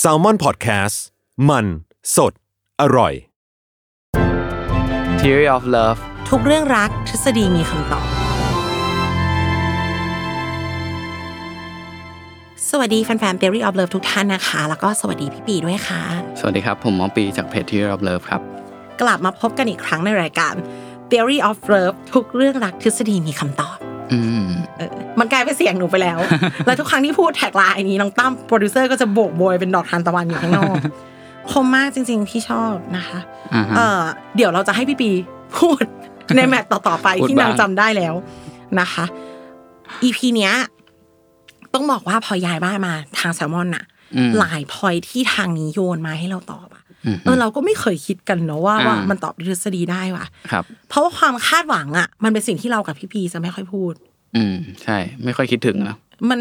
แซลมอนพอดแคสต์มันสดอร่อย Theory of Love ทุกเรื่องรักทฤษฎีมีคำตอบ สวัสดีแฟนๆ Theory of Love ทุกท่านนะคะ แล้วก็สวัสดีพี่ปีด้วยค่ะ สวัสดีครับ ผมหมอปีจากเพจ Theory of Love ครับ กลับมาพบกันอีกครั้งในรายการ Theory of Love ทุกเรื่องรักทฤษฎีมีคำตอบ อืม เออมันกลายเป็นเสียงหนูไปแล้ว แล้วทุกครั้งที่พูดแท็กไลน์นี้น้องตั้มโปรดิวเซอร์ก็จะโบกโบยเป็นดอกทานตะวันอยู่ข้างนอก คมมากจริง ๆ ที่ชอบนะคะ อ่าฮะ เออเดี๋ยวเราจะให้พี่ปีพูด ในแมตต์ต่อ ๆ ไป พูด ที่นาง บ้าง จำได้แล้วนะคะ EP เนี้ย ต้องบอกว่าพอย้ายบ้านมาทางแซลมอนน่ะ อืม หลายพอยที่ทางนี้โยนมาให้เราตอบอะเออเราก็ไม่เคยคิดกันเนาะว่า อ่า ว่ามันตอบทฤษฎีได้ว่ะ ครับ เพราะว่าความคาดหวังอะมันเป็นสิ่งที่เรากับพี่ปีจะไม่ค่อยพูด อืม ใช่ ไม่ค่อยคิดถึงนะ มัน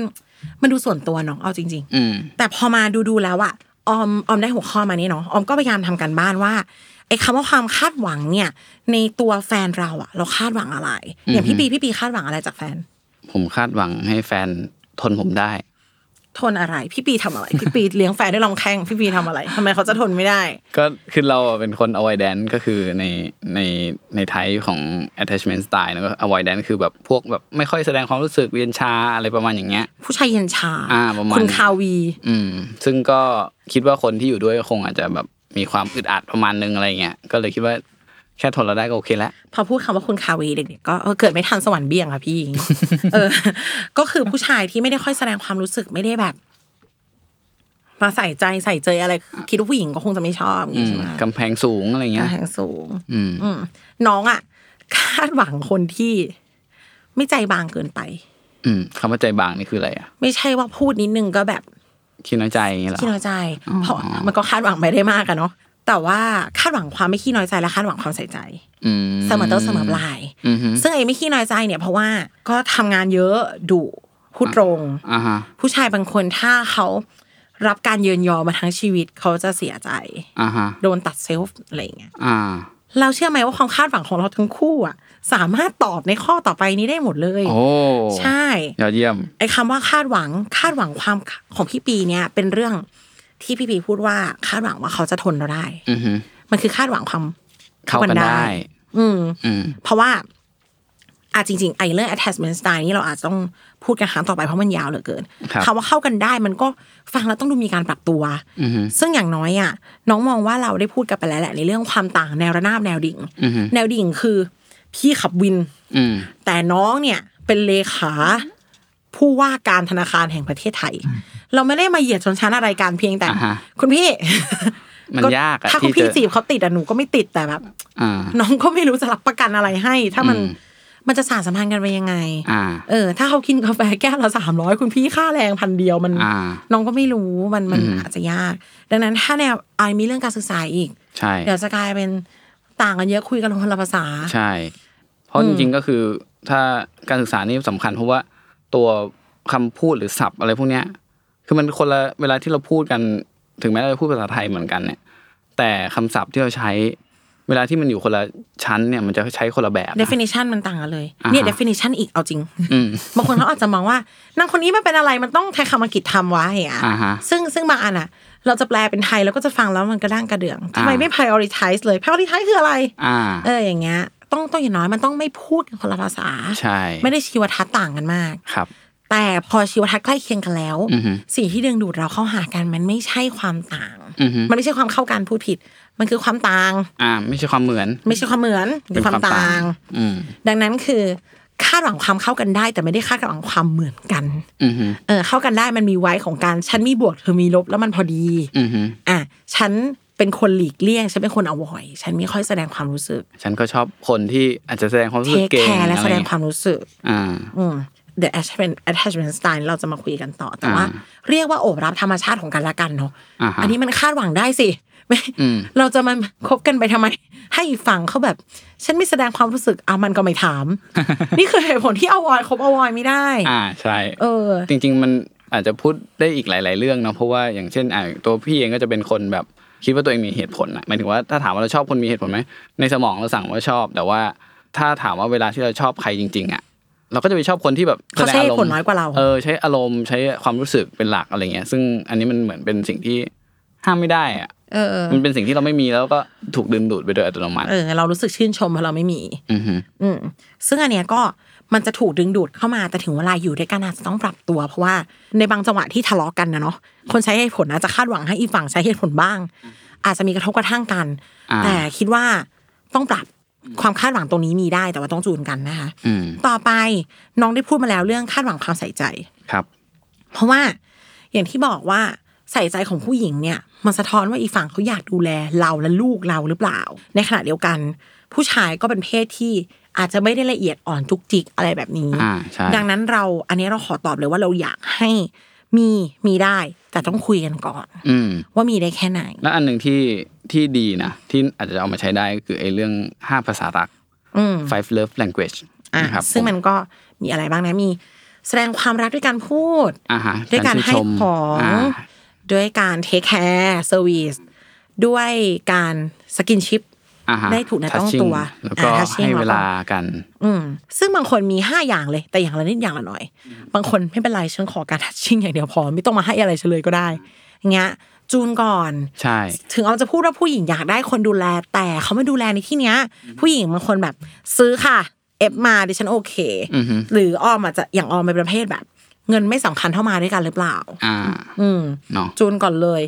มันดูส่วนตัวเนาะเอาจริง อืม ๆ แต่พอมาดูดูๆแล้วอะออมออมได้หัวข้อมานี่เนาะออมก็พยายามทำกันบ้านว่าไอ้คำว่าความคาดหวังเนี่ย ในตัวแฟนเราอะเราคาดหวังอะไร อย่างพี่ปีพี่ปีคาดหวังอะไรจากแฟน ผมคาดหวังให้แฟนทนผมได้ ทนอะไร พี่ปีทำอะไร พี่ปีเลี้ยงแฟนด้วยลำแข้งพี่ปีทำอะไรทำไมเขาจะทนไม่ได้ ก็คือเราอะเป็นคน avoidance ก็คือในในในไทป์ของ attachment style แล้วก็ avoidance คือแบบพวกแบบไม่ค่อยแสดงความรู้สึกเวียนชาอะไรประมาณอย่างเงี้ย ผู้ชายเย็นชา อ่าประมาณ คุณคาวี อืม ซึ่งก็คิดว่าคนที่อยู่ด้วยก็คงอาจจะแบบมีความอึดอัดประมาณนึงอะไรเงี้ย ก็เลยคิดว่าแค่ทนเราได้ก็โอเคแล้ว พอพูดคำว่าคุณคาวีเด็กๆก็เออเกิดไม่ทันสวรรค์เบี่ยงอะพี่ เออ ก็คือผู้ชายที่ไม่ได้ค่อยแสดงความรู้สึกไม่ได้แบบมาใส่ใจใส่ใจอะไร คิดว่าผู้หญิงก็คงจะไม่ชอบอย่าง อืมงี้ใช่ไหม กำแพงสูงอะไรเงี้ย กำแพงสูง อืม อืมน้องอะคาดหวังคนที่ไม่ใจบางเกินไป อืมคำว่าใจบางนี่คืออะไรอ่ะ ไม่ใช่ว่าพูดนิดนึงก็แบบ คิดน้อยใจอย่างเงี้ยเหรอ ขี้น้อยใจ เพราะมันก็คาดหวังไม่ได้มากอะเนาะ แต่ว่าคาดหวังความไม่ขี้น้อยใจและคาดหวังความใส่ใจ อืม เสมอต้นเสมอปลาย อือฮึ ซึ่งไอ้ไม่ขี้น้อยใจเนี่ยเพราะว่าก็ทำงานเยอะดุพูดตรง อ่าฮะ ผู้ชายบางคนถ้าเขารับการเยินยอมาทั้งชีวิตเขาจะเสียใจ อ่าฮะ โดนตัดเซลฟ์อะไรอย่างเงี้ย อ่า เราเชื่อไหมว่าความคาดหวังของเราทั้งคู่อะสามารถตอบในข้อต่อไปนี้ได้หมดเลย โอ้ ใช่ ยอดเยี่ยม ไอ้คำว่าคาดหวังคาดหวังความของพี่ปีเนี่ย เป็นเรื่องที่พี่ปีพูดว่าคาดหวังว่าเขาจะทนเราได้ อือฮึ มันคือคาดหวังความ เข้ากันได้ อืม อืม เพราะว่าอาจจริง ๆ ไอ้เรื่อง attachment style นี่เราอาจจะต้องพูดกันครั้งต่อไปเพราะมันยาวเหลือเกิน ครับ คำว่าเข้ากันได้มันก็ฟังแล้วต้องดูมีการปรับตัว อือฮึ ซึ่งอย่างน้อยอ่ะ น้องมองว่าเราได้พูดกันไปแล้วแหละในเรื่องความต่างแนวระนาบแนวดิ่ง อือฮึ แนวดิ่งคือ พี่ขับวิน อืม แต่น้องเนี่ยเป็นเลขาผู้ว่าการธนาคารแห่งประเทศไทย เราไม่ได้มาเหยียดชนชั้นอะไรกันเพียงแต่ อ่าฮะ คุณพี่ มันยากอะ ถ้าคุณ ที่ พี่ จะ จีบเขาติดอะหนูก็ไม่ติดแต่แบบ อ่า น้องก็ไม่รู้จะรับประกันอะไรให้ ถ้ามัน อืม มันจะสานสัมพันธ์กันไปยังไง อ่า เออ ถ้าเขากินกาแฟแก้วละสามร้อยคุณพี่ค่าแรงพันเดียวมัน อ่า น้องก็ไม่รู้มันมัน อืม อาจจะยาก ดังนั้นถ้าแนวไอมีเรื่องการศึกษาอีก ใช่ เดี๋ยวจะกลายเป็นต่างกันเยอะคุยกันคนละภาษา ใช่ เพราะจริงๆก็คือถ้าการศึกษานี่สำคัญ เพราะว่าตัวคำพูดหรือศัพท์อะไรพวกเนี้ย คือมันคนละเวลาที่เราพูดกันถึงแม้เราจะพูดภาษาไทยเหมือนกันเนี่ย แต่คำศัพท์ที่เราใช้ เวลาที่มันอยู่คนละชั้นเนี่ย มันจะใช้คนละแบบนะ definition มันต่างกันเลย อ่าฮะ เนี่ย definition อีกเอาจริง อืม บางคนเขาอาจจะมองว่านางคนนี้มันเป็นอะไรมันต้องใช้คำอังกฤษทำวะอย่างเงี้ย อ่าฮะ ซึ่งซึ่งบางอันอ่ะ เราจะแปลเป็นไทยแล้วก็จะฟังแล้วมันกระด้างกระเดื่องทำไม อ่า ไม่ prioritize เลย prioritize คืออะไร อ่า เอออย่างเงี้ยต้องต้องอย่างน้อยมันต้องไม่พูดกันคนละภาษา ใช่ ไม่ได้ชีวทัศน์ต่างกันมาก ครับ แต่พอชีวทัศน์ใกล้เคียงกันแล้ว อือฮึ สิ่งที่ดึงดูดเราเข้าหากันมันไม่ใช่ความต่าง อือฮึ มันไม่ใช่ความเข้ากันพูดผิด มันคือความต่าง อ่า ไม่ใช่ความเหมือน ไม่ใช่ความเหมือนหรื เป็ อน ความ ความต่าง ต่าง อืม ดังนั้นคือคาดหวังความเข้ากันได้ แต่ไม่ได้คาดหวังความเหมือนกัน อือฮึ เออเข้ากันได้มันมีไว้ของการฉันมีบวกเธอมีลบแล้วมันพอดี อือฮึ อ่ะฉันเป็นคนหลีกเลี่ยงฉันเป็นคนอวอยฉันไม่ค่อยแสดงความรู้สึก ฉันก็ชอบคนที่อาจจะแสดงความรู้สึเทก ค เก่ง แคร์และแสดง อ ความรู้สึก ไอย่งเงี้ยอ่า อืม the attachment attachment style เราจะมาคุยกันต่อแต่ว่า อ่า เรียกว่าโอบรับธรรมชาติของกันและกันเนาะ อ่าฮะ อันนี้มันคาดหวังได้สิ ไม่ อืม เราจะมาคบกันไปทำไม ให้อีกฝั่งเขาแบบ ฉันไม่แสดงความรู้สึกเอามันก็ไม่ ถาม นี่คือเหตุผลที่เอาวอยคบเอาวอยไม่ได้ อ่าใช่ เออ จริง ๆ มันอาจจะพูดได้อีกหลาย ๆ เรื่องเนาะเพราะว่าอย่างเช่นอ่าตัวพี่เองก็จะเป็นคนแบบคิดว่าตัวเองมีเหตุผลนะหมายถึงว่าถ้าถามว่าเราชอบคนมีเหตุผลไหมในสมองเราสั่งว่าชอบ แต่ว่าถ้าถามว่าเวลาที่เราชอบใครจริง ๆอ่ะเราก็จะไปชอบคนที่แบบ เขาแสดใช้ง เหตุผลน้อยกว่าเรา เออใช้อารมณ์ใช้ความรู้สึกเป็นหลักอะไรเงี้ย ซึ่งอันนี้มันเหมือนเป็นสิ่งที่ห้ามไม่ได้อ่ะ เออ มันเป็นสิ่งที่เราไม่มีแล้วก็ถูกดึงดูดไปโดยอัตโนมัติ เออ เรารู้สึกชื่นชมเพราะเราไม่มี อือฮึ อืมซึ่งอันเนี้ยก็มันจะถูกดึงดูดเข้ามาแต่ถึงเวลาอยู่ด้วยกันอาจจะต้องปรับตัว เพราะว่าในบางจังหวะที่ทะเลาะกันนะเนาะคนใช้เหตุผลอาจจะคาดหวังให้อีกฝั่งใช้เหตุผลบ้าง อาจจะมีกระทบกระทั่งกัน อ่า แต่คิดว่าต้องปรับความคาดหวังตรงนี้มีได้แต่ว่าต้องจูนกันนะคะ อืม ต่อไปน้องได้พูดมาแล้วเรื่องคาดหวังความใส่ใจ ครับ เพราะว่าอย่างที่บอกว่าใส่ใจของผู้หญิงเนี่ย มันสะท้อนว่าอีกฝั่งเขาอยากดูแลเราและลูกเราหรือเปล่า ในขณะเดียวกัน ผู้ชายก็เป็นเพศที่อาจจะไม่ได้ละเอียดอ่อนจุกจิกอะไรแบบนี้ อ่าใช่ ดังนั้นเราอันนี้เราขอตอบเลยว่าเราอยากให้มีมีได้ แต่ต้องคุยกันก่อน อืม ว่ามีได้แค่ไหน แล้วอันหนึ่งที่ที่ดีนะ ที่อาจจะเอามาใช้ได้ก็คือไอ้เรื่อง 5 ภาษารัก อืม five love language อ่ะ นะครับ ซึ่งมัน ผ ก็มีอะไรบ้างนะมี แสดงความรักด้วยการพูด อ่าฮะ ด้วยการให้ ชื่นชม ของ อ่า ด้วยการเทคแคร์เซอร์วิสด้วยการสกินชิพ อ่าฮะ ได้ถูกนะต้อง touching ตัว แล้วก็ อ่า touching ให้เวลา แล้วก็ กัน อืมซึ่งบางคนมีห้าอย่างเลย แต่อย่างละนิดอย่างละหน่อย บางคนไม่เป็นไรฉันขอการทัชชิ่งอย่างเดียวพอ ไม่ต้องมาให้อะไรฉันเลยก็ได้อย่างเงี้ยจูนก่อน ใช่ ถึงเราจะพูดว่าผู้หญิงอยากได้คนดูแล แต่เขาไม่ดูแลในที่เนี้ย ผู้หญิงบางคนแบบซื้อค่ะ เอฟมาดิฉันโอเค อือฮึ หรือออมอาจจะอย่างออมเป็นประเภทแบบ เงินไม่สำคัญเท่ามาด้วยกันหรือเปล่า อ่า อืม เนาะ จูนก่อนเลย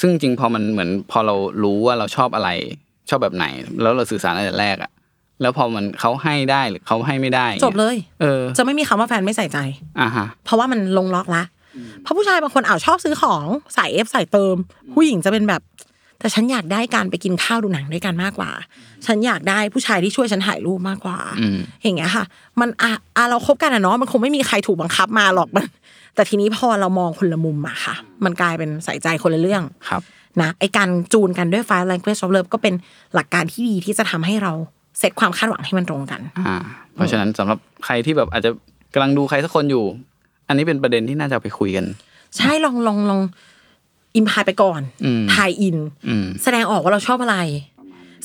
ซึ่งจริงๆพอมันเหมือนพอเรารู้ว่าเราชอบอะไรชอบแบบไหน แล้วเราสื่อสารตั้งแต่แรกอะแล้วพอมันเขาให้ได้หรือเขาให้ไม่ได้ จบเลย เออ จะไม่มีคำว่าแฟนไม่ใส่ใจ อ่าฮะ เพราะว่ามันลงล็อกละ เพราะผู้ชายบางคนอ้าวชอบซื้อของใส่เอฟใส่เติม ผู้หญิงจะเป็นแบบ แต่ฉันอยากได้การไปกินข้าวดูหนังด้วยกันมากกว่า ฉันอยากได้ผู้ชายที่ช่วยฉันถ่ายรูปมากกว่า อืม อย่างเงี้ยค่ะ มันอ่ะอ่ะเราคบกันอะเนาะมันคงไม่มีใครถูกบังคับมาหรอกมัน แต่ทีนี้พอเรามองคนละมุมอะค่ะ มันกลายเป็นใส่ใจคนละเรื่อง ครับ นะไอการจูนกันด้วย five language of love ก็เป็นหลักการที่ดีที่จะทำให้เราเซตความคาดหวังให้มันตรงกัน อ่าเพราะฉะนั้นสำหรับใครที่แบบอาจจะกำลังดูใครสักคนอยู่ อันนี้เป็นประเด็นที่น่าจะเอาไปคุยกัน ใช่ลองลองลองอิมพายไปก่อน อืม ทายอิน อื ม แสดงออกว่าเราชอบอะไร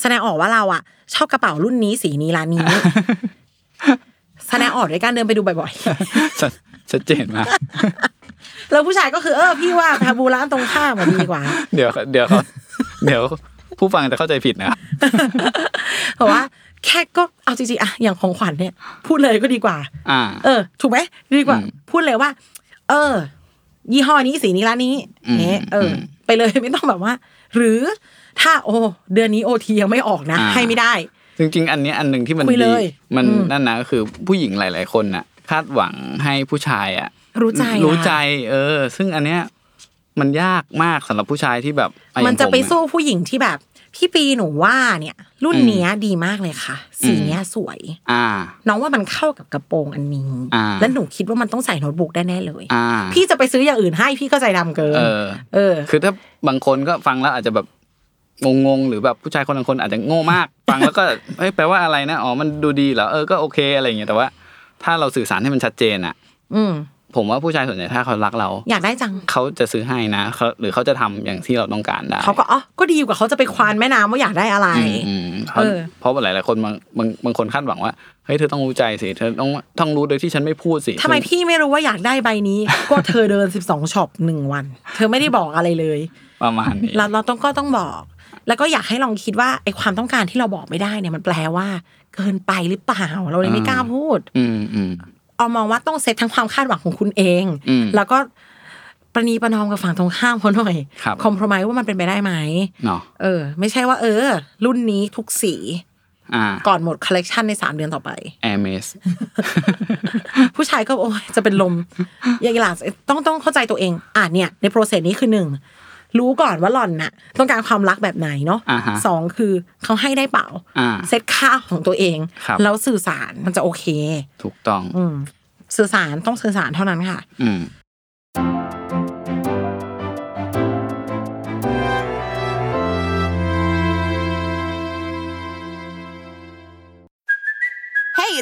แสดงออกว่าเราอะชอบกระเป๋ารุ่นนี้สีนี้ร้านนี้ แสดงออกด้วยการเดินไปดูบ่อย ชัดชัดเจนมาก ๆ แล้วผู้ชายก็คือเออพี่ว่าทาบูร้านตรงข้ามมันดี กว่า เดี๋ยวเดี๋ยวเขาเดี๋ยวผู้ฟังจะเข้าใจผิดนะ เพราะว่า แค่ก็เอาจริงๆอะอย่างของขวัญเนี่ย พูดเลยก็ดีกว่า อ่า เออ ถูกไหมดีกว่า อืม พูดเลยว่า เออ ยี่ห้อนี้สีนี้ร้านนี้ อืม เนี้ยเอออ ม ไปเลย ไม่ต้องแบบว่า หรือถ้าโอ้เดือนนี้โอทียังไม่ออกนะ อ่า ให้ไม่ได้ จริงๆ อันเนี้ยอันหนึ่งที่มัน คุยเล ดี ย มัน อืม นั่นนะก็คือผู้หญิงหลาย ๆ คนน่ะ คาดหวังให้ผู้ชายอ่ะ รู้ใจนะ รู้ใจ เออ ซึ่งอันเนี้ยมันยากมากสำหรับผู้ชายที่แบบอ่ มันอจะย่างผ ไปสู้ อ ผู้หญิงที่แบบ พี่ปีหนูว่าเนี่ย รุ่น อืม เนี้ยดีมากเลยค่ะ สี อืม เนี้ยสวย อ่า น้องว่ามันเข้ากับกระโปรงอันนี้ อ่า และหนูคิดว่ามันต้องใส่โน้ตบุ๊กได้แน่เลย อ่า พี่จะไปซื้ออย่างอื่นให้พี่ก็ใจดำเกิน เออ เออ คือถ้าบางคนก็ฟังแล้วอาจจะแบบงงๆหรือแบบผู้ชายคนบางคนอาจจะโง่มาก ฟังแล้วก็เอ้ยแปลว่าอะไรนะอ๋อมันดูดีเหรอเออก็โอเคอะไรอย่างเงี้ยแต่ว่า ถ้าเราสื่อสารให้มันชัดเจนอ่ะ อืม ผมว่าผู้ชายส่วนใหญ่ถ้าเขารักเรา อยากได้จัง เขาจะซื้อให้นะเขาหรือเขาจะทำอย่างที่เราต้องการได้ เขาก็อ๋อก็ดีกว่าเขาจะไปควานแม่น้ำว่าอยากได้อะไร อืมอืมเขา เออ เพราะหลายๆคนบางบางบางคนคาดหวังว่าเฮ้ยเธอต้องรู้ใจสิเธอต้องต้องรู้โดยที่ฉันไม่พูดสิ ทำไมพี่ไม่รู้ว่าอยากได้ใบนี้ ก็เธอเดิน 12ช็อปหนึ่งวัน เธอไม่ได้บอกอะไรเลย ประมาณนี้ เราเราต้องก็ต้องบอก แล้วก็อยากให้ลองคิดว่าไอความต้องการที่เราบอกไม่ได้เนี่ยมันแปลว่า เกินไปหรือเปล่าเราเลยไม่กล้าพูด อืมอืม เอามองว่าต้องเซตทั้งความคาดหวังของคุณเอง อืม แล้วก็ประนีประนอมกับฝั่งตรงข้ามเขาหน่อย ครับ คอมเพลมไมว่ามันเป็นไปได้ไหม เนาะ เออ ไม่ใช่ว่าเออ รุ่นนี้ทุกสี อ่า ก่อนหมดคอลเลกชันในสามเดือนต่อไป แอร์เมส ผู้ชายก็โอ้ยจะเป็นลม อย่างหลังต้องต้องเข้าใจตัวเอง อ่ะเนี่ยในโปรเซสนี้คือหนึ่งรู้ก่อนว่าหล่อนน่ะ ต้องการความรักแบบไหนเนาะ อ่าฮะ สองคือเขาให้ได้เปล่า อ่า เซตค่าของตัวเอง ครับ แล้วสื่อสารมันจะโอเค ถูกต้อง อืม สื่อสารต้องสื่อสารเท่านั้นค่ะ อืม Hey,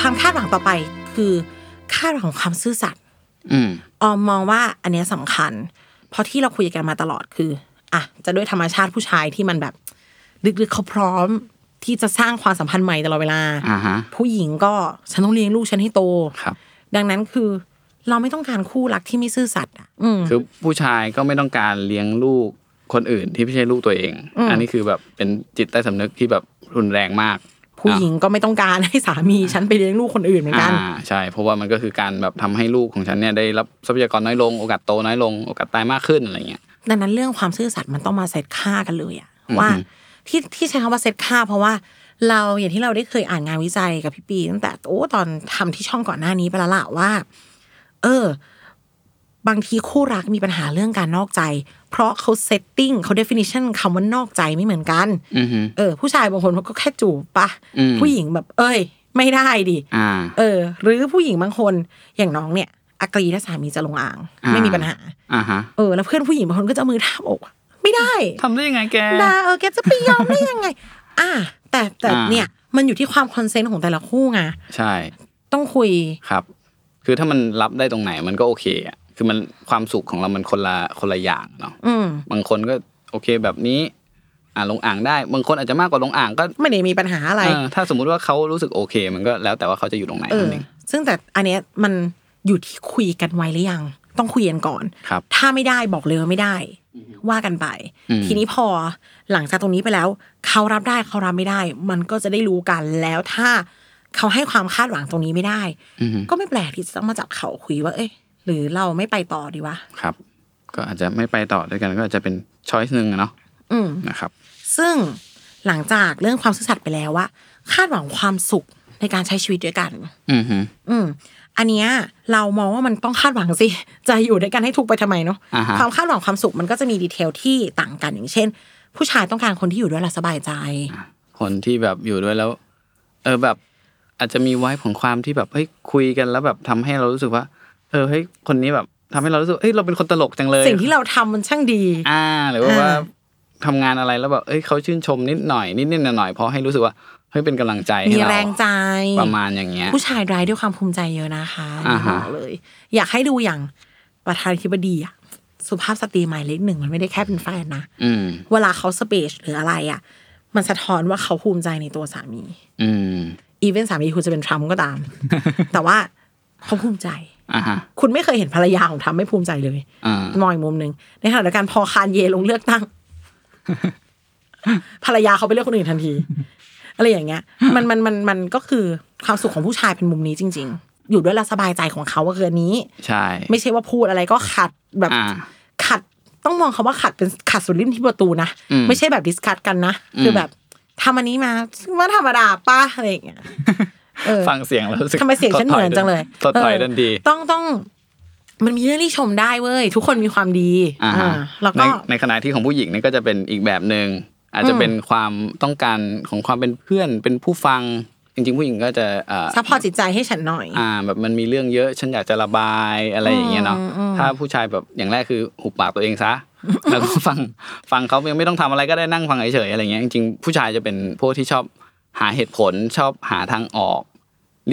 ความคาดหวังต่อไปคือคาดหวังของความซื่อสัตย์ อืม ออมมองว่าอันเนี้ยสำคัญ เพราะที่เราคุยกันมาตลอดคืออ่ะจะด้วยธรรมชาติผู้ชายที่มันแบบลึกๆเขาพร้อมที่จะสร้างความสัมพันธ์ใหม่ตลอดเวลา อ่าฮะ ผู้หญิงก็ฉันต้องเลี้ยงลูกฉันให้โต ครับ ดังนั้นคือเราไม่ต้องการคู่รักที่ไม่ซื่อสัตย์อ่ะอืม คือผู้ชายก็ไม่ต้องการเลี้ยงลูกคนอื่นที่ไม่ใช่ลูกตัวเอง อันนี้คือแบบเป็นจิตใต้สำนึกที่แบบรุนแรงมาก ผู้หญิงก็ไม่ต้องการให้สามีฉันไปเลี้ยงลูกคนอื่นเหมือน อ่า กัน ใช่ เพราะว่ามันก็คือการแบบทำให้ลูกของฉันเนี่ยได้รับทรัพยากรน้อยลงโอกาสโตน้อยลงโอกาสตายมากขึ้นอะไรเงี้ย ดังนั้นเรื่องความซื่อสัตย์มันต้องมาเซตค่ากันเลยอะว่าที่ที่ใช้คำว่าเซตค่า เพราะว่าเราอย่างที่เราได้เคยอ่านงานวิจัยกับพี่ปีตั้งแต่โอ้ตอนทำที่ช่องก่อนหน้านี้ไปแล้วล่ะว่า เออ บางทีคู่รักมีปัญหาเรื่องการนอกใจ เพราะเขาเซตติ้งเขา definition คำว่านอกใจไม่เหมือนกัน อือฮึ เออ ผู้ชายบางคนเขาก็แค่จูบปะ อืม ผู้หญิงแบบ เอ้ย ไม่ได้ดิ อ่า เออ หรือผู้หญิงบางคนอย่างน้องเนี่ยอากรีถ้าสามีจะลงอ่าง อ่า ไม่มีปัญหา อ่าฮะ เออ แล้วเพื่อนผู้หญิงบางคนก็จะเอามือทาบอกอะไม่ได้ ทำได้ยังไงแก ดาเออแกจะไปยอมได้ยังไง อ่า แต่แต่ อ่า เนี่ย มันอยู่ที่ความคอนเซนต์ของแต่ละคู่ไง ใช่ ต้องคุย ครับ คือถ้ามันรับได้ตรงไหนมันก็โอเคอะคือมันความสุขของเรามันคนละคนละอย่างเนาะ อืม บางคนก็โอเคแบบนี้ อ่าลงอ่างได้ บางคนอาจจะมากกว่าลงอ่างก็ ไม่ได้มีปัญหาอะไร เออถ้าสมมุติว่าเขารู้สึกโอเค มันก็แล้วแต่ว่าเขาจะอยู่ตรงไหน เอ นั่ อ นเอง ซึ่งแต่อันเนี้ยมันอยู่ที่คุยกันไว้หรือยัง ต้องคุยกันก่อน ครับ ถ้าไม่ได้บอกเลยว่าไม่ได้ ว่ากันไป อืม ทีนี้พอหลังจากตรงนี้ไปแล้ว เขารับได้เขารับไม่ได้ มันก็จะได้รู้กันแล้วถ้าเขาให้ความคาดหวังตรงนี้ไม่ได้ อือฮึ ก็ไม่แปลกที่จะต้องมาจับเขาคุยว่า เอ้ยหรือเราไม่ไปต่อดีวะ ครับ ก็อาจจะไม่ไปต่อด้วยกันก็อาจจะเป็นช้อยส์หนึ่งอะเนาะ อืม นะครับ ซึ่งหลังจากเรื่องความซื่อสัตย์ไปแล้วว่า คาดหวังความสุขในการใช้ชีวิตด้วยกัน อือฮึ อืม อันเนี้ยเรามองว่ามันต้องคาดหวังสิ จะอยู่ด้วยกันให้ทุกข์ไปทำไมเนาะ อ่าฮะ ความคาดหวังความสุขมันก็จะมีดีเทลที่ต่างกันอย่างเช่น ผู้ชายต้องการคนที่อยู่ด้วยแล้วสบายใจ คนที่แบบอยู่ด้วยแล้ว เออแบบอาจจะมีไว้ของความที่แบบเฮ้ยคุยกันแล้วแบบทำให้เรารู้สึกว่า เออเฮ้ยคนนี้แบบทำให้เรารู้สึกเฮ้ยเราเป็นคนตลกจังเลย สิ่งที่เราทำมันช่างดี อ่า หรือว่า อ่า ว่าทำงานอะไรแล้วแบบเอ้ยเขาชื่นชมนิดหน่อยนิดนิดหน่อยหน่อยๆเพราะให้รู้สึกว่าเฮ้ยเป็นกำลังใจให้ มี เรา แรงใจ ประมาณอย่างเงี้ย ผู้ชายรายด้วยความภูมิใจเยอะนะคะ อ่าฮะ บอกเลย อยากให้ดูอย่างประธานาธิบดีอะสุภาพสตรีหมายเลขหนึ่งมันไม่ได้แค่เป็นแฟนนะ อืม เวลาเขาสเปชหรืออะไรอะมันสะท้อนว่าเขาภูมิใจในตัวสามี อืม อีเวนสามีคุณจะเป็นทรัมป์ก็ ตาม แต่ว่าเขาภูมิใจ อ่าฮะ คุณไม่เคยเห็นภรรยาของทรัมป์ไม่ภูมิใจเลย อ่าม องอีกมุมหนึ่งในขณะเดียวกันพอคานเยลงเลือกตั้ง ภรรยาเขาไปเลือกคนอื่นทันที อะไรอย่างเงี้ย มันมันมันมันก็คือความสุขของผู้ชายเป็นมุมนี้จริง ๆ อยู่ด้วยและสบายใจของเขาก็คืออันนี้ ใช่ ไม่ใช่ว่าพูดอะไรก็ขัดแบบ อ่า ขัดต้องมองคำว่าขัดเป็นขัดสุดลิ้นที่ประตูนะ อืม ไม่ใช่แบบดิสคัตกันนะคือแบบทำอันนี้มาว่าธรรมดาป้าอะไรอย่างเงี้ยเออ ฟังเสียงแล้วรู้สึก ทำไมเสียงฉันเหมือนจังเลย ถดถอย เออ ดันดี ต้องต้อง มันมีเรื่องที่ชมได้เว้ย ทุกคนมีความดี อ่าฮะ าแล้ว ใน ก็ ในขณะที่ของผู้หญิงนี่ก็จะเป็นอีกแบบหนึ่งอาจจะเป็นความต้องการของความเป็นเพื่อนเป็นผู้ฟัง จริง ๆ ผู้หญิงก็จะเอ่อ ซัพพอร์ตจิตใจให้ฉันหน่อย อ่าแบบมันมีเรื่องเยอะ ฉันอยากจะระบายอะไรอย่างเงี้ยเนาะถ้าผู้ชายแบบอย่างแรกคือหุบปากตัวเองซะ แล้วก็ฟังฟังเขายังไม่ต้องทำอะไรก็ได้นั่งฟังเฉยๆอะไรเงี้ยจริงๆผู้ชายจะเป็นพวกที่ชอบหาเหตุผลชอบหาทางออก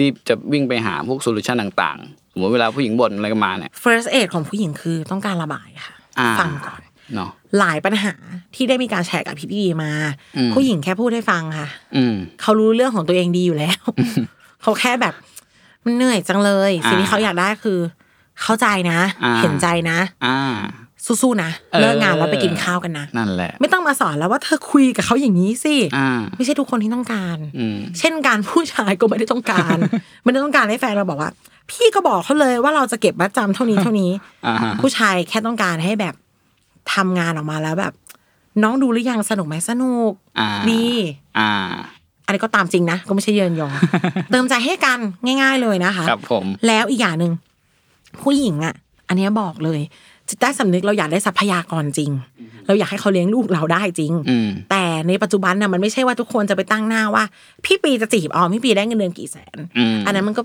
รีบจะวิ่งไปหาพวกโซลูชันต่างๆสมมติเวลาผู้หญิงบ่นอะไรกันมาเนี่ย first aid ของผู้หญิงคือต้องการระบายค่ะ อ่า ฟังก่อน เนาะ หลายปัญหาที่ได้มีการแชร์กับพี่ดีมา อืม ผู้หญิงแค่พูดให้ฟังค่ะ อืม เขารู้เรื่องของตัวเองดีอยู่แล้ว เขาแค่แบบ มันเหนื่อยจังเลย อ่า สิ่งที่เขาอยากได้คือ เข้าใจนะ อ่า เห็นใจนะ อ่า สู้ๆนะ เออ เลิกงานแล้วไปกินข้าวกันนะ นั่นแหละ ไม่ต้องมาสอนแล้วว่าเธอคุยกับเขาอย่างนี้สิ อ่า ไม่ใช่ทุกคนที่ต้องการ อืม เช่นการผู้ชายก็ไม่ได้ต้องการ ไม่ได้ต้องการให้แฟนเราบอกว่า พี่ก็บอกเขาเลยว่าเราจะเก็บมัดจำเท่า นี้เท่านี้ อ่าฮะ ผู้ชายแค่ต้องการให้แบบทำงานออกมาแล้วแบบ น้องดูหรือยังสนุกไหมสนุก อ่า ดี อ่า อันนี้ก็ตามจริงนะ ก็ไม่ใช่เยิน ยอ เติมใจให้กันง่าย ๆเลยนะคะ ครับผม แล้วอีกอย่างหนึ่งผู้หญิงอ่ะ อันเนี้ยบอกเลยจิตใต้สำนึกเราอยากได้ทรัพยากรจริง เราอยากให้เขาเลี้ยงลูกเราได้จริง อืม แต่ในปัจจุบันน่ะมันไม่ใช่ว่าทุกคนจะไปตั้งหน้าว่า พี่ปีจะจีบออมพี่ปีได้เงินเดือนกี่แสน อืม อันนั้นมันก็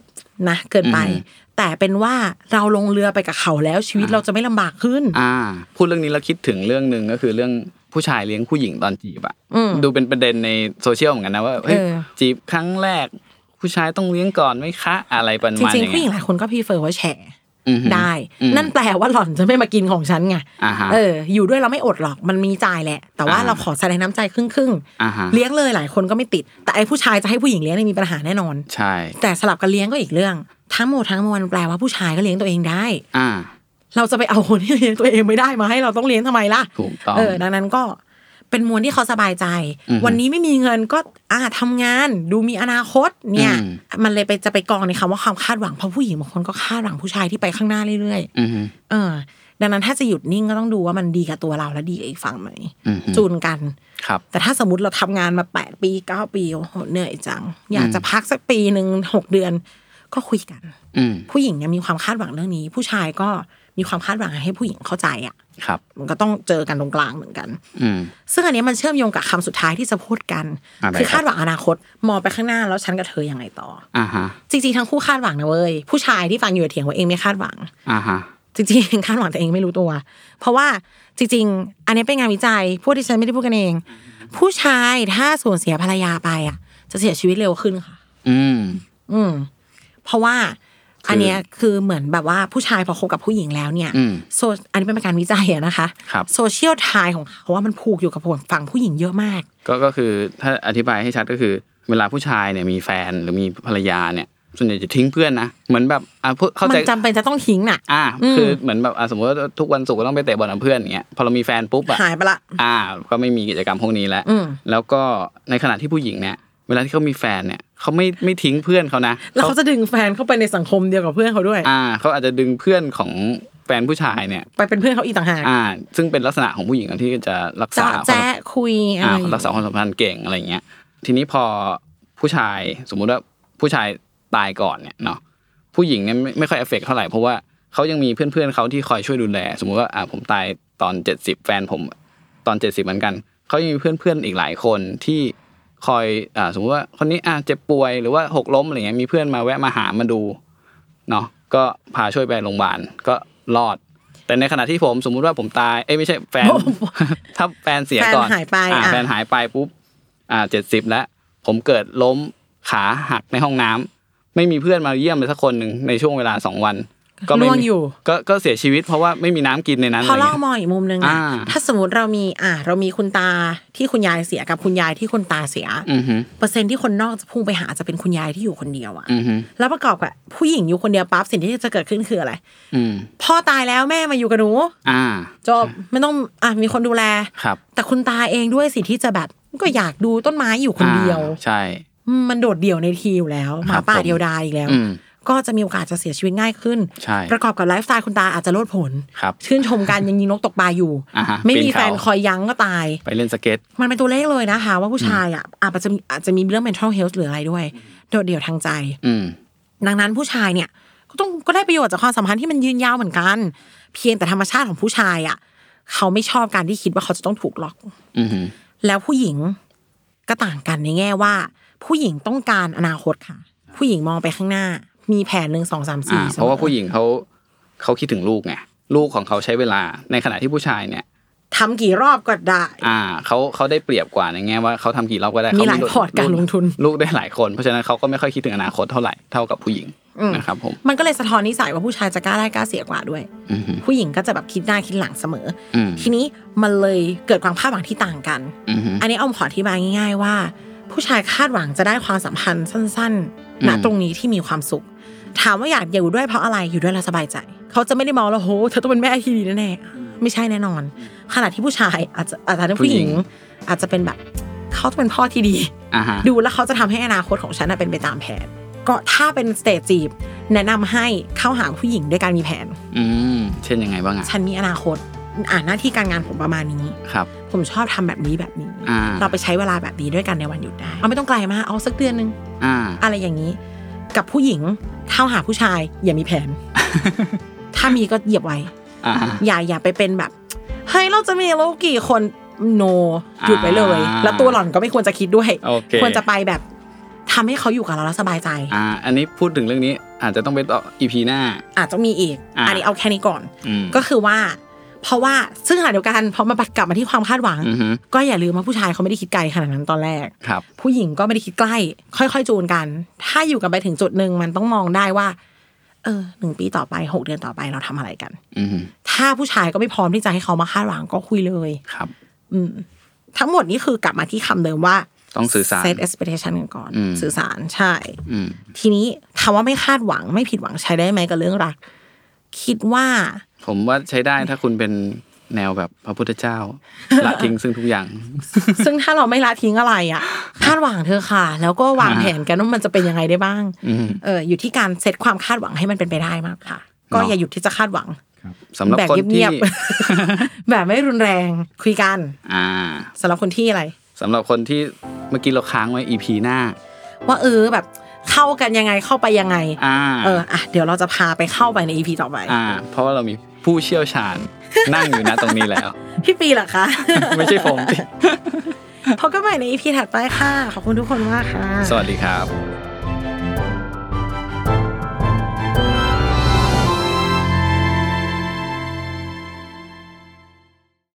นะเกินไป อืม แต่เป็นว่าเราลงเรือไปกับเขาแล้วชีวิตเราจะไม่ลำบากขึ้น อ่า พูดเรื่องนี้แล้วคิดถึงเรื่องหนึ่งก็คือเรื่องผู้ชายเลี้ยงผู้หญิงตอนจีบอะ อืม ดูเป็นประเด็นในโซเชียลเหมือนกันนะว่าเฮ้ย เออ จีบครั้งแรก ผู้ชายต้องเลี้ยงก่อนไหมคะอะไรประ จ มาณ ริง อย่า ๆ ง ผู้หญิ เงี้ยงหลายคนก็พีเฟอร์ว่าแฉ อือหือ ได้ อืม นั่นแปลว่าหล่อนจะไม่มากินของฉันไง อ่าฮะ เออ อยู่ด้วยเราไม่อดหรอกมันมีจ่ายแหละ แต่ว่า อ่า เราขอแสดงน้ำใจครึ่งครึ่งๆ อ่าฮะ เลี้ยงเลยหลายคนก็ไม่ติด แต่ไอ้ผู้ชายจะให้ผู้หญิงเลี้ยงเนี่ยมีปัญหาแน่นอน ใช่ แต่สลับกันเลี้ยงก็อีกเรื่อง ทั้งหมดทั้งมวลแปลว่าผู้ชายก็เลี้ยงตัวเองได้ อ่า เราจะไปเอาคนที่เลี้ยงตัวเองไม่ได้มาให้เราต้องเลี้ยงทำไมล่ะ ถูกต้อง เออ ดังนั้นก็เป็นมวลที่เขาสบายใจ อือฮึ วันนี้ไม่มีเงินก็อ่าทำงาน ดูมีอนาคตเนี่ย อืม มันเลยไปจะไปกองในคำว่าความคาดหวังเพราะผู้หญิงบางคนก็คาดหวังผู้ชายที่ไปข้างหน้าเรื่อย อืมฮึ ๆ เออ ดังนั้นถ้าจะหยุดนิ่งก็ต้องดูว่ามันดีกับตัวเราและดีกับอีกฝั่งไหม อืมฮึ จูนกัน ครับ แต่ถ้าสมมติเราทำงานมาแปดปีเก้าปีโอ้โหเหนื่อยจัง อยากจะพักสักปีหนึ่งหกเดือน ก็คุยกัน อืม ผู้หญิงเนี่ยมีความคาดหวังเรื่องนี้ ผู้ชายก็มีความคาดหวังให้ผู้หญิงเข้าใจอ่ะ ครับ มันก็ต้องเจอกันตรงกลางเหมือนกัน อืม ซึ่งอันเนี้ยมันเชื่อมโยงกับคำสุดท้ายที่จะพูดกัน อะไร คือ ครั คา บ ดหวังอนาคตมองไปข้างหน้าแล้วฉันกับเธอยังไงต่อ อ่าฮะ จริงๆทั้งคู่คาดหวังนะเว้ยผู้ชายที่ฟังอยู่เถียงว่าเองไม่คาดหวัง อ่าฮะ จริงๆ คาดหวังแต่เองไม่รู้ตัว เพราะว่าจริง ๆ อันนี้เป็นงานวิจัยพวกที่ฉันไม่ได้พูดกันเอง ผู้ชายถ้าสูญเสียภรรยาไปอ่ะ จะเสียชีวิตเร็วขึ้นค่ะ อืม อืม เพราะว่าอันเนี้ยคือเหมือนแบบว่าผู้ชายพอคบกับผู้หญิงแล้วเนี่ย อืม โซอันนี้เป็นการวิจัยอะนะคะ ครับ โซเชียลไทยของเขาว่ามันผูกอยู่กับฝั่งผู้หญิงเยอะมาก ก็ก็คือถ้าอธิบายให้ชัดก็คือ เวลาผู้ชายเนี่ยมีแฟนหรือมีภรรยาเนี่ย ส่วนใหญ่จะทิ้งเพื่อนนะ เหมือนแบบอ่ะเพื่อเข้า มั ใจ นจำเป็นจะต้องทิ้งน่ะ อ่า อืม คือเหมือนแบบอ่ะสมมติว่าทุกวันศุกร์ก็ต้องไปเตะบอลกับเพื่อนอย่างเงี้ยพอเรามีแฟนปุ๊บอ่ะ หายไปละ อ่า ก็ไม่มีกิจกรรมพวกนี้แล้ว อืม แล้วก็ในขณะที่ผู้หญิงเนี่ย เวลาที่เขามีแฟนเนี่ยเขาไม่ไม่ทิ้งเพื่อนเขานะ แล้วเขาจะดึงแฟนเข้าไปในสังคมเดียวกับเพื่อนเขาด้วย อ่าเขาอาจจะดึงเพื่อนของแฟนผู้ชายเนี่ย ไปเป็นเพื่อนเขาอีกต่างหาก อ่า ซึ่งเป็นลักษณะของผู้หญิงที่จะรักษาคจะวาม แจ๊ะคุยอะ อ่า ไร รักษาความสัมพันธ์เก่งอะไรอย่างเงี้ย ทีนี้พอผู้ชายสมมุติว่าผู้ชายตายก่อนเนี่ยเนาะผู้หญิงเนี่ยไม่ไม่ค่อยเอฟเฟกเท่าไหร่เพราะว่าเขายังมีเพื่อนๆเขาที่คอยช่วยดูแล สมมุติว่าอ่าผมตายตอนเจ็ดสิบแฟนผมตอนเจ็ดสิบเหมือนกันเขายังมีเพื่อนๆอีกหลายคนที่คอยอ่าสมมติว่าคนนี้อ่าเจ็บป่วยหรือว่าหกล้มอะไรเงี้ยมีเพื่อนมาแวะมาหามาดูเนาะก็พาช่วยไปโรงพยาบาลก็รอด แต่ในขณะที่ผมสมมุติว่าผมตายเอ้ยไม่ใช่แฟน ถ้าแฟนเสีย แฟน ก่อน หายไป อ่ อ่ะ แฟนหายไปปุ๊บ อ่าเจ็ดสิบแล้ว ผมเกิดล้มขาหักในห้องน้ำไม่มีเพื่อนมาเยี่ยมเลยสักคนหนึ่งในช่วงเวลาสองวัน ก็ไม่ ร่วง มี อยู่ ก็ก็เสียชีวิตเพราะว่าไม่มีน้ำกินในนั้น พอเล่า ะไรงี้ย มองอีกมุมหนึ่งนะ อ่า ถ้าสมมติเรามีอ่ะเรามีคุณตาที่คุณยายเสียกับคุณยายที่คุณตาเสีย อือฮึ เปอร์เซ็นต์ที่คนนอกจะพุ่งไปหาจะเป็นคุณยายที่อยู่คนเดียวอะ อือฮึ แล้วประกอบกับผู้หญิงอยู่คนเดียวปั๊บสิ่งที่จะเกิดขึ้นคืออะไร อืม พ่อตายแล้วแม่มาอยู่กับหนู อ่า จบไม่ต้องอ่ะมีคนดูแล ครับ แต่คุณตาเองด้วยสิที่จะแบบก็อยากดูต้นไม้อยู่คนเดียว อ่าใช่ อืมมันโดดเดี่ยวในทีอยู่แล้ว ห ครั มา บ ป่า ผม เดียวดายอีกแล้ว อืม ก็จะมีโอกาสจะเสียชีวิตง่ายขึ้น ใช่ ประกอบกับไลฟ์สไตล์คุณตาอาจจะโลดโผล ครับ ชื่นชมการยังยิงนกตกปลาอยู่ อ่าฮะ ไม่ ปี มี น แฟน เขา คอยยั้งก็ตาย ไปเล่นสเก็ต มันเป็นตัวเลขเลยนะคะ ว่าผู้ชายอ่ะอาจจะมีอาจจะมีเรื่อง mental health หรืออะไรด้วย โดดเดี่ยวทางใจ อืม ดังนั้นผู้ชายเนี่ยก็ต้องก็ได้ประโยชน์จากความสัมพันธ์ที่มันยืนยาวเหมือนกัน เพียงแต่ธรรมชาติของผู้ชายอ่ะเขาไม่ชอบการที่คิดว่าเขาจะต้องถูกหลอก อือฮึ แล้วผู้หญิงก็ต่างกันในแง่ว่า ผู้หญิงต้องการอนาคตค่ะ ผู้หญิงมองไปข้างหน้า มีแผนหนึ่งสองสาม อ่า สี่ เพราะว่าผู้หญิงเขาเขาคิดถึงลูกไงลูกของเขาใช้เวลา ในขณะที่ผู้ชายเนี่ย ทำกี่รอบก็ได้ อ่าเขาเขาได้เปรียบกว่าในแง่ว่าเขาทำกี่รอบก็ได้เข มีหลาย ลูก พอร์ตการลงทุน ลูกได้หลายคน เพราะฉะนั้นเขาก็ไม่ค่อยคิดถึงอนาคตเท่าไหร่เท่ากับผู้หญิงนะครับผม มันก็เลยสะท้อนนิสัยว่าผู้ชายจะกล้าได้กล้าเสียกว่าด้วย อือฮึ ผู้หญิงก็จะแบบคิดหน้าคิดหลังเสมออ ม ทีนี้มันเลยเกิดความคาดหวังที่ต่างกัน อือฮึ อันนี้อ้อมขออธิบายง่าย ๆ ว่า ผู้ชายคาดหวังจะได้ความสัมพันธ์สั้นๆณ อืม ตรงนี้ที่มีความสุข ถามว่าอยากอยู่ด้วยเพราะอะไรอยู่ด้วยแล้วสบายใจ เขาจะไม่ได้มองแล้วโหเธอต้องเป็นแม่ที่ดีแน่ๆ ไม่ใช่แน่นอน ขณะที่ผู้ชายอาจจะอาจจะเป็นผู้หญิง ผู้หญิ อาจจะเป็นแบบเขาจะเป็นพ่อที่ดี อ่าฮะ ดูแล้วเขาจะทำให้อนาคตของฉันน่ะเป็นไปตามแผน ก็ถ้าเป็นสเตจจีบแนะนำให้เข้าหาผู้หญิงด้วยการมีแผน อืมเช่นยังไงบ้างอ่ะ ฉันมีอนาคต อ่านหน้าที่การงานผมประมาณนี้ ครับ ผมชอบทำแบบนี้แบบนี้ อ่า เราไปใช้เวลาแบบนี้ด้วยกันในวันหยุดได้ เอาไม่ต้องไกลมากเอาสักเดือนหนึง อ่า อะไรอย่างนี้ กับผู้หญิงเข้าหาผู้ชาย อย่ามีแผ น ถ้ามีก็เหยียบไว้ อ่า อย่าอย่าไปเป็นแบบเฮ้ยเราจะมีลูกกี่คนโนหยุดไว้เลย อ่า แล้วตัวหล่อนก็ไม่ควรจะคิดด้วย โอเค ควรจะไปแบบทำให้เขาอยู่กับเราแล้วสบายใจ อ่า อันนี้พูดถึงเรื่องนี้อาจจะต้องไปต่ออีพีหน้า อาจจะมีอีก อ่า อันนี้เอาแค่นี้ก่อน อืม ก็คือว่า เพราะว่าซึ่งขณะเดียวกันพอมาปัดกลับมาที่ความคาดหวัง อือฮึ ก็อย่าลืมว่าผู้ชายเขาไม่ได้คิดไกลขนาดนั้นตอนแรก ครับ ผู้หญิงก็ไม่ได้คิดใกล้ ค่อย ๆ จูนกัน ถ้าอยู่กันไปถึงจุดหนึ่งมันต้องมองได้ว่า เออหนึ่งปีต่อไปหกเดือนต่อไปเราทำอะไรกัน อืม ถ้าผู้ชายก็ไม่พร้อมที่จะให้เขามาคาดหวังก็คุยเลย ครับ อืม ทั้งหมดนี้คือกลับมาที่คำเดิมว่า ต้องสื่อสาร set expectation กันก่อน อืม สื่อสารใช่ อืม ทีนี้ถามว่าไม่คาดหวังไม่ผิดหวังใช้ได้ไหมกับเรื่องรัก คิดว่า ผมว่าใช้ได้ถ้าคุณเป็นแนวแบบพระพุทธเจ้า ละทิ้งซึ่งทุกอย่าง ซึ่งถ้าเราไม่ละทิ้งอะไรอ่ะ คาดหวังเธอะค่ะ แล้วก็วางแผนกันว่ามันจะเป็นยังไงได้บ้าง อืม เอออยู่ที่การเซตความคาดหวังให้มันเป็นไปได้มากค่ะ ก็ เนาะ อย่าหยุดที่จะคาดหวัง สำหรับ แบบ คนที่ เงียบ ๆ แบบไม่รุนแรงคุยกัน อ่า สำหรับคนที่อะไร สำหรับคนที่เมื่อกี้เราค้างไว้ EP หน้า ว่าเออแบบเข้ากันยังไงเข้าไปยังไง อ่า เอออ่ะเดี๋ยวเราจะพาไปเข้าไปในอีพีต่อไป อ่า เพราะว่าเรามีผู้เชี่ยวชาญ นั่งอยู่นะตรงนี้แล้ว พี่ปีเหรอคะ ไม่ใช่ผมสิ พบกันใหม่ในอีพีถัดไปค่ะ ขอบคุณทุกคนมากค่ะ สวัสดีครับ